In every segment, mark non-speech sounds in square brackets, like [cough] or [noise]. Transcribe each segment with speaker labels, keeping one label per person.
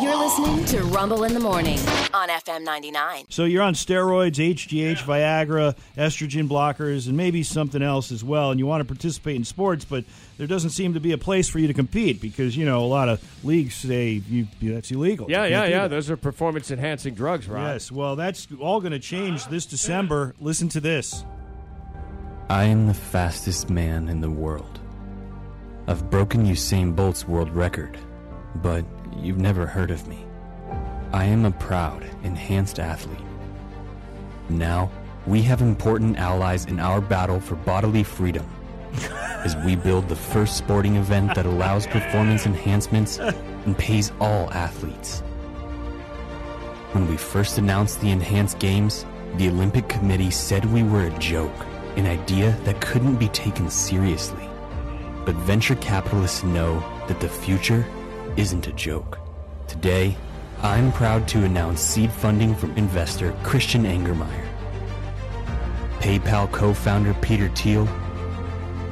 Speaker 1: You're listening to Rumble in the Morning on FM 99.
Speaker 2: So you're on steroids, HGH, Viagra, estrogen blockers, and maybe something else as well. And you want to participate in sports, but there doesn't seem to be a place for you to compete because you know a lot of leagues say you, that's illegal.
Speaker 3: Yeah,
Speaker 2: You
Speaker 3: yeah,
Speaker 2: can't do
Speaker 3: yeah.
Speaker 2: that.
Speaker 3: Those are performance enhancing drugs, Rob.
Speaker 2: Yes, well, that's all going to change this December. Listen to this.
Speaker 4: I am the fastest man in the world. I've broken Usain Bolt's world record, but you've never heard of me. I am a proud, enhanced athlete. Now, we have important allies in our battle for bodily freedom as we build the first sporting event that allows performance enhancements and pays all athletes. When we first announced the enhanced games, the Olympic Committee said we were a joke, an idea that couldn't be taken seriously. But venture capitalists know that the future isn't a joke. Today, I'm proud to announce seed funding from investor Christian Angermeyer, PayPal co founder Peter Thiel,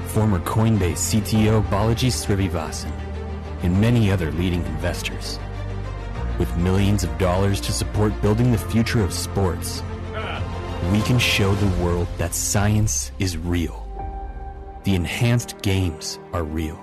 Speaker 4: former Coinbase CTO Balaji Srivastavan, and many other leading investors. With millions of dollars to support building the future of sports, we can show the world that science is real. The enhanced games are real.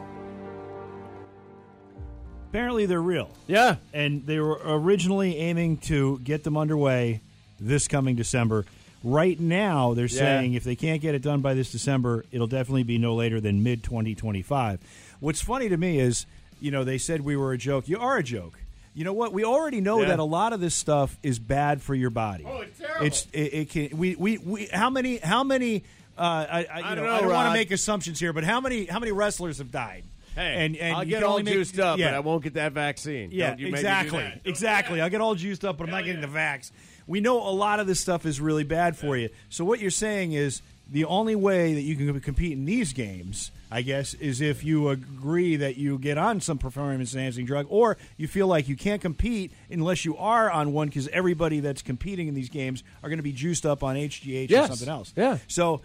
Speaker 2: Apparently, they're real,
Speaker 3: Yeah.
Speaker 2: and they were originally aiming to get them underway this coming December. Right now, they're
Speaker 3: Yeah.
Speaker 2: saying if they can't get it done by this December, it'll definitely be no later than mid 2025. What's funny to me is, you know, they said we were a joke. You are a joke. You know what? We already know
Speaker 3: Yeah.
Speaker 2: that a lot of this stuff is bad for your body. Oh,
Speaker 3: it's terrible.
Speaker 2: It's it, it can we, we we how many how many uh, I, I, you
Speaker 3: I
Speaker 2: know,
Speaker 3: don't know,
Speaker 2: I don't want to
Speaker 3: Rod.
Speaker 2: make assumptions here, but how many how many wrestlers have died?
Speaker 3: Hey,
Speaker 2: and, and
Speaker 3: I'll
Speaker 2: you
Speaker 3: get
Speaker 2: can
Speaker 3: all
Speaker 2: only make-
Speaker 3: juiced up,
Speaker 2: yeah.
Speaker 3: but I won't get that vaccine.
Speaker 2: Yeah,
Speaker 3: Don't you make me do
Speaker 2: exactly,
Speaker 3: that.
Speaker 2: exactly. I'll get all juiced up, but I'm not getting the vax. We know a lot of this stuff is really bad for you. So what you're saying is the only way that you can compete in these games, I guess, is if you agree that you get on some performance-enhancing drug, or you feel like you can't compete unless you are on one, because everybody that's competing in these games are going to be juiced up on HGH or
Speaker 3: Yes.
Speaker 2: something else.
Speaker 3: Yeah.
Speaker 2: So.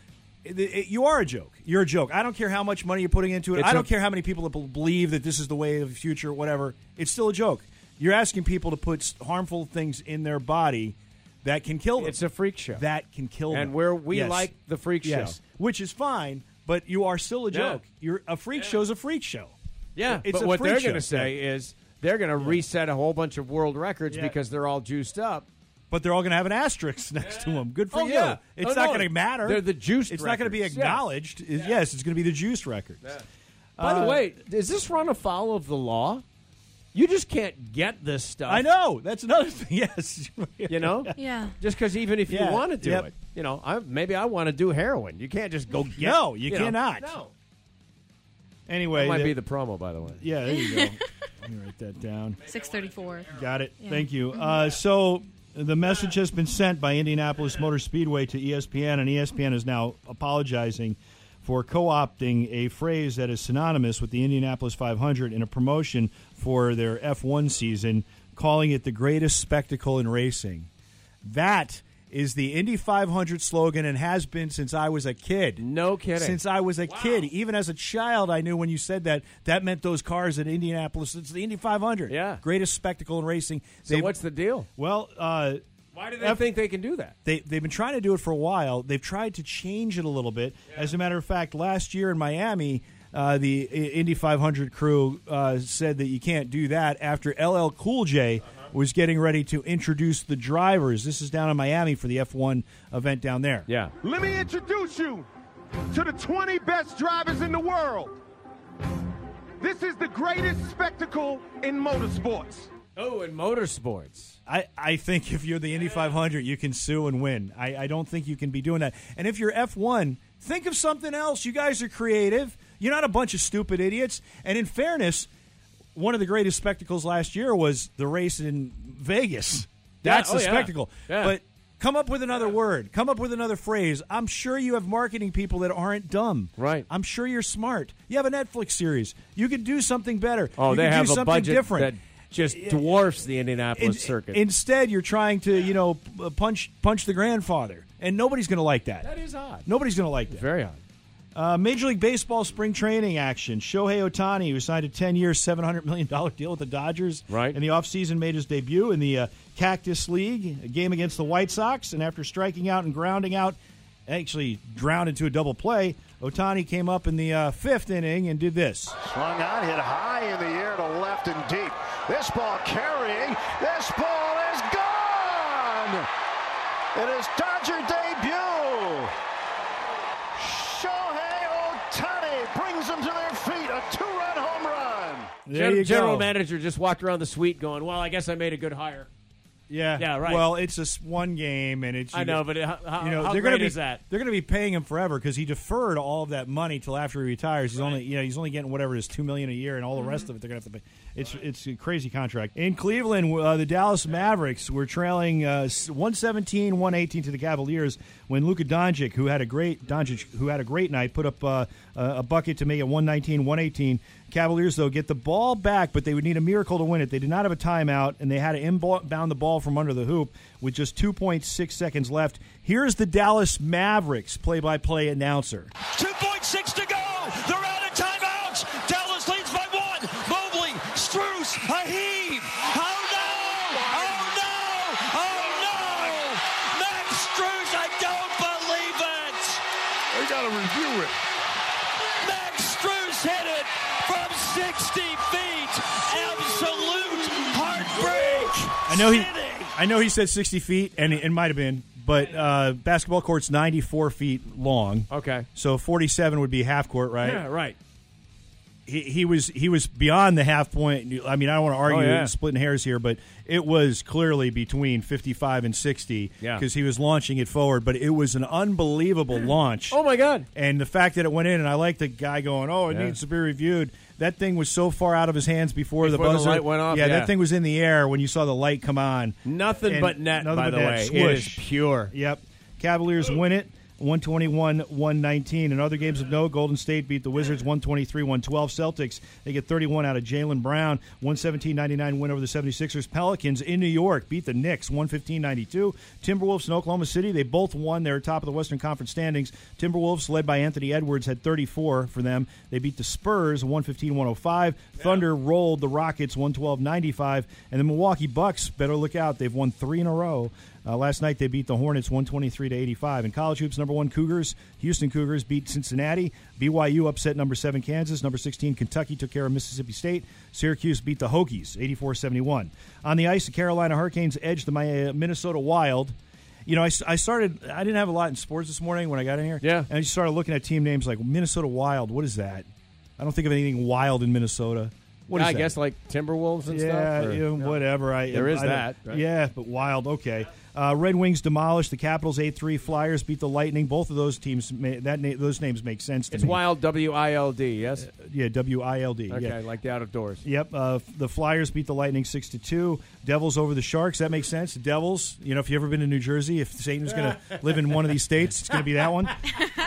Speaker 2: It, it, you are a joke. You're a joke. I don't care how much money you're putting into it.
Speaker 3: It's
Speaker 2: I
Speaker 3: a-
Speaker 2: don't care how many people that bel- believe that this is the way of the future, whatever. It's still a joke. You're asking people to put s- harmful things in their body that can kill them.
Speaker 3: It's a freak show.
Speaker 2: That can kill them.
Speaker 3: And we're- we like the freak
Speaker 2: Yes.
Speaker 3: show.
Speaker 2: Which is fine, but you are still a
Speaker 3: Yeah.
Speaker 2: joke. You're a freak show's a freak show.
Speaker 3: Yeah,
Speaker 2: It's
Speaker 3: but
Speaker 2: a
Speaker 3: what
Speaker 2: freak
Speaker 3: they're
Speaker 2: show.
Speaker 3: going to say is they're going to reset a whole bunch of world records
Speaker 2: Yeah.
Speaker 3: because they're all juiced up.
Speaker 2: But they're all going to have an asterisk [laughs] next to them. Good for
Speaker 3: Oh,
Speaker 2: you.
Speaker 3: yeah.
Speaker 2: It's
Speaker 3: Oh,
Speaker 2: not
Speaker 3: no.
Speaker 2: going to matter.
Speaker 3: They're the juiced
Speaker 2: It's not going to be
Speaker 3: records. Yes.
Speaker 2: acknowledged. It- Yes, it's going to be the juiced records.
Speaker 3: By
Speaker 2: Uh,
Speaker 3: the way, does this run afoul of the law? You just can't get this stuff.
Speaker 2: I know. That's another thing. [laughs] Yes. [laughs]
Speaker 3: You know?
Speaker 5: Yeah.
Speaker 3: Just because even if
Speaker 2: Yeah,
Speaker 3: you want to do
Speaker 2: yep.
Speaker 3: it, you know, I, maybe I want to do heroin. You
Speaker 2: [laughs]
Speaker 3: can't just go get
Speaker 2: No, you
Speaker 3: know.
Speaker 2: cannot.
Speaker 3: No.
Speaker 2: Anyway,
Speaker 3: That might
Speaker 2: the-
Speaker 3: be the promo, by the way.
Speaker 2: Yeah, there you go. Let me write that down.
Speaker 5: 634.
Speaker 2: Got it.
Speaker 5: Yeah.
Speaker 2: Thank you. Uh, so the message has been sent by Indianapolis Motor Speedway to E ESPN, and ESPN is now apologizing for co-opting a phrase that is synonymous with the Indianapolis 500 in a promotion for their F1 season, calling it the greatest spectacle in racing. That is the Indy 500 slogan and has been since I was a kid.
Speaker 3: No kidding.
Speaker 2: Since I was a kid, even as a child, I knew when you said that that meant those cars at Indianapolis. It's the Indy 500.
Speaker 3: Yeah.
Speaker 2: greatest spectacle in racing.
Speaker 3: So what's the deal?
Speaker 2: well? Uh,
Speaker 3: Why do
Speaker 2: they
Speaker 3: they
Speaker 2: F-
Speaker 3: think they can do that?
Speaker 2: they they've been trying to do it for a while. They've tried to change it a little bit. As a matter of fact, last year in Miami. Uh, the I- Indy 500 crew uh, said that you can't do that after LL Cool J
Speaker 3: Uh-huh.
Speaker 2: was getting ready to introduce the drivers. This is down in Miami for the F1 event down there.
Speaker 3: Yeah.
Speaker 6: Let me introduce you to the 20 best drivers in the world. This is the greatest spectacle in motorsports.
Speaker 3: Oh, in motorsports.
Speaker 2: I, I think if you're the Indy 500, you can sue and win. I, I don't think you can be doing that. And if you're F1, think of something else. You guys are creative. You're not a bunch of stupid idiots. And in fairness, one of the greatest spectacles last year was the race in Vegas.
Speaker 3: Yeah,
Speaker 2: That's
Speaker 3: oh,
Speaker 2: the
Speaker 3: yeah.
Speaker 2: spectacle.
Speaker 3: Yeah.
Speaker 2: But come up with another word. Come up with another phrase. I'm sure you have marketing people that aren't dumb.
Speaker 3: Right.
Speaker 2: I'm sure you're smart. You have a Netflix series. You could do something better.
Speaker 3: Oh,
Speaker 2: you
Speaker 3: they
Speaker 2: could do
Speaker 3: have a
Speaker 2: something
Speaker 3: budget
Speaker 2: different.
Speaker 3: that just dwarfs the Indianapolis
Speaker 2: In-
Speaker 3: circuit.
Speaker 2: Instead, you're trying to, you know, uh, p- punch punch the grandfather, and nobody's going to like that.
Speaker 3: that is odd.
Speaker 2: nobody's going to like that.
Speaker 3: Very odd.
Speaker 2: Uh, Major League Baseball spring training action. Shohei Otani, who signed a 10 year, $700 million deal with the Dodgers
Speaker 3: Right.
Speaker 2: in the offseason, made his debut in the uh, Cactus League, a game against the White Sox. And after striking out and grounding out, actually drowned into a double play, Otani came up in the uh, fifth inning and did this.
Speaker 5: Swung on, hit high in the air to left and deep. This ball carrying. This ball is gone. It is Dodger debut. Shohei Otani brings them to their feet. A two-run home run.
Speaker 2: There
Speaker 3: Gen-
Speaker 2: you
Speaker 3: General
Speaker 2: go.
Speaker 3: manager just walked around the suite going, "Well, I guess I made a good hire."
Speaker 2: Yeah.
Speaker 3: Yeah, right.
Speaker 2: Well, it's just one game, and it's.
Speaker 3: I know, but it, how, how,
Speaker 2: you know
Speaker 3: how
Speaker 2: they're
Speaker 3: great
Speaker 2: gonna be
Speaker 3: is that?
Speaker 2: they're going to be paying him forever because he deferred all of that money till after he retires. He's only you know he's only getting whatever it is two million a year, and all the
Speaker 3: Mm-hmm.
Speaker 2: rest of it they're going to have to pay. It's it's a crazy contract. In Cleveland, uh, the Dallas Mavericks were trailing uh, 117, 118 to the Cavaliers when Luka Doncic, who had a great Doncic, who had a great night, put up uh, a a bucket to make it 119, 118. Cavaliers though get the ball back, but they would need a miracle to win it. They did not have a timeout, and they had to inbound the ball from under the hoop with just 2.6 seconds left. Here's the Dallas Mavericks play-by-play announcer.
Speaker 7: 2.6 to go. They're out of timeouts. Dallas leads by one. Mobley, Struce, a heave. Oh no! Oh no! Oh no! Max Struce, I don't believe it.
Speaker 5: They got to review it.
Speaker 7: Max Struce hit it from 60 feet. Absolute heartbreak.
Speaker 2: I know he,
Speaker 7: City.
Speaker 2: I know he said 60 feet, and it, it might have been, but uh, basketball court's 94 feet long.
Speaker 3: Okay.
Speaker 2: So 47 would be half court, right?
Speaker 3: Yeah, right.
Speaker 2: he, he was he was beyond the half point. I mean, I don't want to argue
Speaker 3: Oh, yeah.
Speaker 2: splitting hairs here, but it was clearly between 55 and 60
Speaker 3: Yeah.
Speaker 2: because he was launching it forward. But it was an unbelievable launch.
Speaker 3: Oh my God.
Speaker 2: And the fact that it went in, and I like the guy going, "Oh, it
Speaker 3: Yeah.
Speaker 2: needs to be reviewed." That thing was so far out of his hands before,
Speaker 3: Before the
Speaker 2: buzzer
Speaker 3: light went off,
Speaker 2: Yeah,
Speaker 3: yeah.
Speaker 2: that thing was in the air when you saw the light come on.
Speaker 3: Nothing
Speaker 2: And
Speaker 3: but net.
Speaker 2: nothing but
Speaker 3: by the
Speaker 2: net.
Speaker 3: way, it is
Speaker 2: Swoosh.
Speaker 3: pure.
Speaker 2: Yep. Cavaliers win it 121 119. In other games of note, Golden State beat the Wizards 123 112. Celtics, they get 31 out of Jalen Brown. 117 99 win over the 76ers. Pelicans in New York beat the Knicks 115 92. Timberwolves in Oklahoma City, they both won their top of the Western Conference standings. Timberwolves, led by Anthony Edwards, had 34 for them. They beat the Spurs 115 105. Thunder rolled the Rockets 112 95. And the Milwaukee Bucks, better look out. They've won three in a row. Uh, last night they beat the Hornets 123 to 85. In college hoops, number one Cougars, Houston Cougars beat Cincinnati. BYU upset number seven Kansas. Number 16 Kentucky took care of Mississippi State. Syracuse beat the Hokies 84 71. On the ice, the Carolina Hurricanes edged the Mi- uh, Minnesota Wild. You know, I, s- I started, I didn't have a lot in sports this morning when I got in here.
Speaker 3: Yeah.
Speaker 2: And I just started looking at team names like Minnesota Wild. What is that? I don't think of anything wild in Minnesota. What is
Speaker 3: I
Speaker 2: that?
Speaker 3: guess like Timberwolves and
Speaker 2: yeah,
Speaker 3: stuff. or-
Speaker 2: you know, whatever. I
Speaker 3: There is
Speaker 2: I don't-
Speaker 3: that, right?
Speaker 2: Yeah, but wild. Okay. Uh, Red Wings demolished the Capitals eight three. Flyers beat the Lightning. Both of those teams ma- that na- those names make sense to
Speaker 3: It's
Speaker 2: me.
Speaker 3: wild. W I L D. Yes.
Speaker 2: Yeah, W I L D.
Speaker 3: Okay,
Speaker 2: Yeah.
Speaker 3: like the out of doors.
Speaker 2: Yep, uh, the Flyers beat the Lightning six to two. Devils over the Sharks. That makes sense. The Devils. You know, if you have ever been to New Jersey, if Satan's going to live in one of these states, it's going to be that one.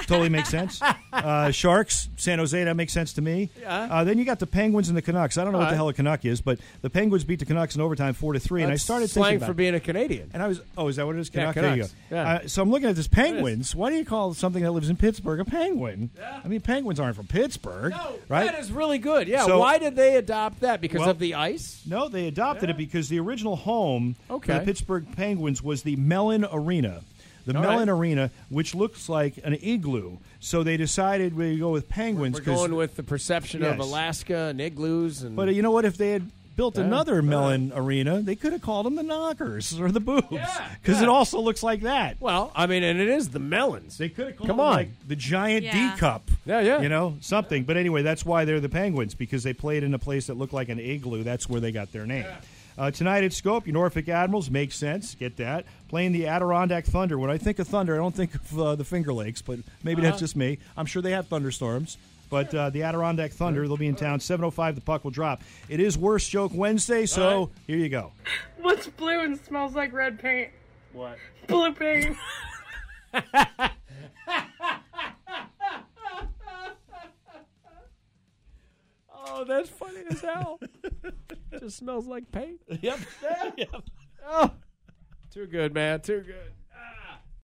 Speaker 2: totally makes sense. Uh, Sharks, San Jose. That makes sense to me. Uh, then you got the Penguins and the Canucks. I don't know what the hell a Canuck is, but the Penguins beat the Canucks in overtime four to three. and I
Speaker 3: That's
Speaker 2: started
Speaker 3: slang
Speaker 2: thinking about
Speaker 3: for
Speaker 2: it.
Speaker 3: being a Canadian.
Speaker 2: And I was, oh, is that what it is? Canuck?
Speaker 3: Yeah,
Speaker 2: There you go.
Speaker 3: Canucks. Yeah.
Speaker 2: Uh, so I'm looking at this penguins. Why do you call something that lives in Pittsburgh a penguin? I mean, penguins aren't from Pittsburgh, [laughs] right?
Speaker 3: That is really good. Yeah.
Speaker 2: So-
Speaker 3: Why did they adopt that? Because
Speaker 2: Well-
Speaker 3: of the ice?
Speaker 2: No, they adopted it because the original home for
Speaker 3: Okay.
Speaker 2: the Pittsburgh Penguins was the Mellon Arena. The
Speaker 3: All
Speaker 2: Mellon
Speaker 3: right.
Speaker 2: Arena, which looks like an igloo. So they decided we go with penguins.
Speaker 3: We're
Speaker 2: 'cause-
Speaker 3: going with the perception of
Speaker 2: Yes.
Speaker 3: Alaska and igloos and
Speaker 2: but uh, you know what? If they had built
Speaker 3: Yeah.
Speaker 2: another Mellon Arena, they could have called them the Knockers or the Boobs
Speaker 3: Yeah,
Speaker 2: because it
Speaker 3: yeah.
Speaker 2: also looks like that.
Speaker 3: well, I mean, and it is the melons.
Speaker 2: They could have called
Speaker 3: Come
Speaker 2: them,
Speaker 3: on.
Speaker 2: like the giant
Speaker 8: Yeah.
Speaker 2: D cup.
Speaker 3: Yeah, yeah.
Speaker 2: You know, something. But anyway, that's why they're the Penguins because they played in a place that looked like an igloo. That's where they got their name. Uh, tonight at Scope, your Norfolk Admirals makes sense. Get that playing the Adirondack Thunder. When I think of thunder, I don't think of uh, the Finger Lakes, but maybe
Speaker 3: Uh-huh.
Speaker 2: that's just me. I'm sure they have thunderstorms, but uh, the Adirondack Thunder they'll be in town 7:05. The puck will drop. It is worst joke Wednesday, so
Speaker 3: All right.
Speaker 2: here you go.
Speaker 9: What's blue and smells like red paint? What? Blue paint.
Speaker 3: oh, that's funny as hell. [laughs]
Speaker 2: [laughs]
Speaker 3: Just smells like paint. Yep. yep. Oh, too good, man. Too good.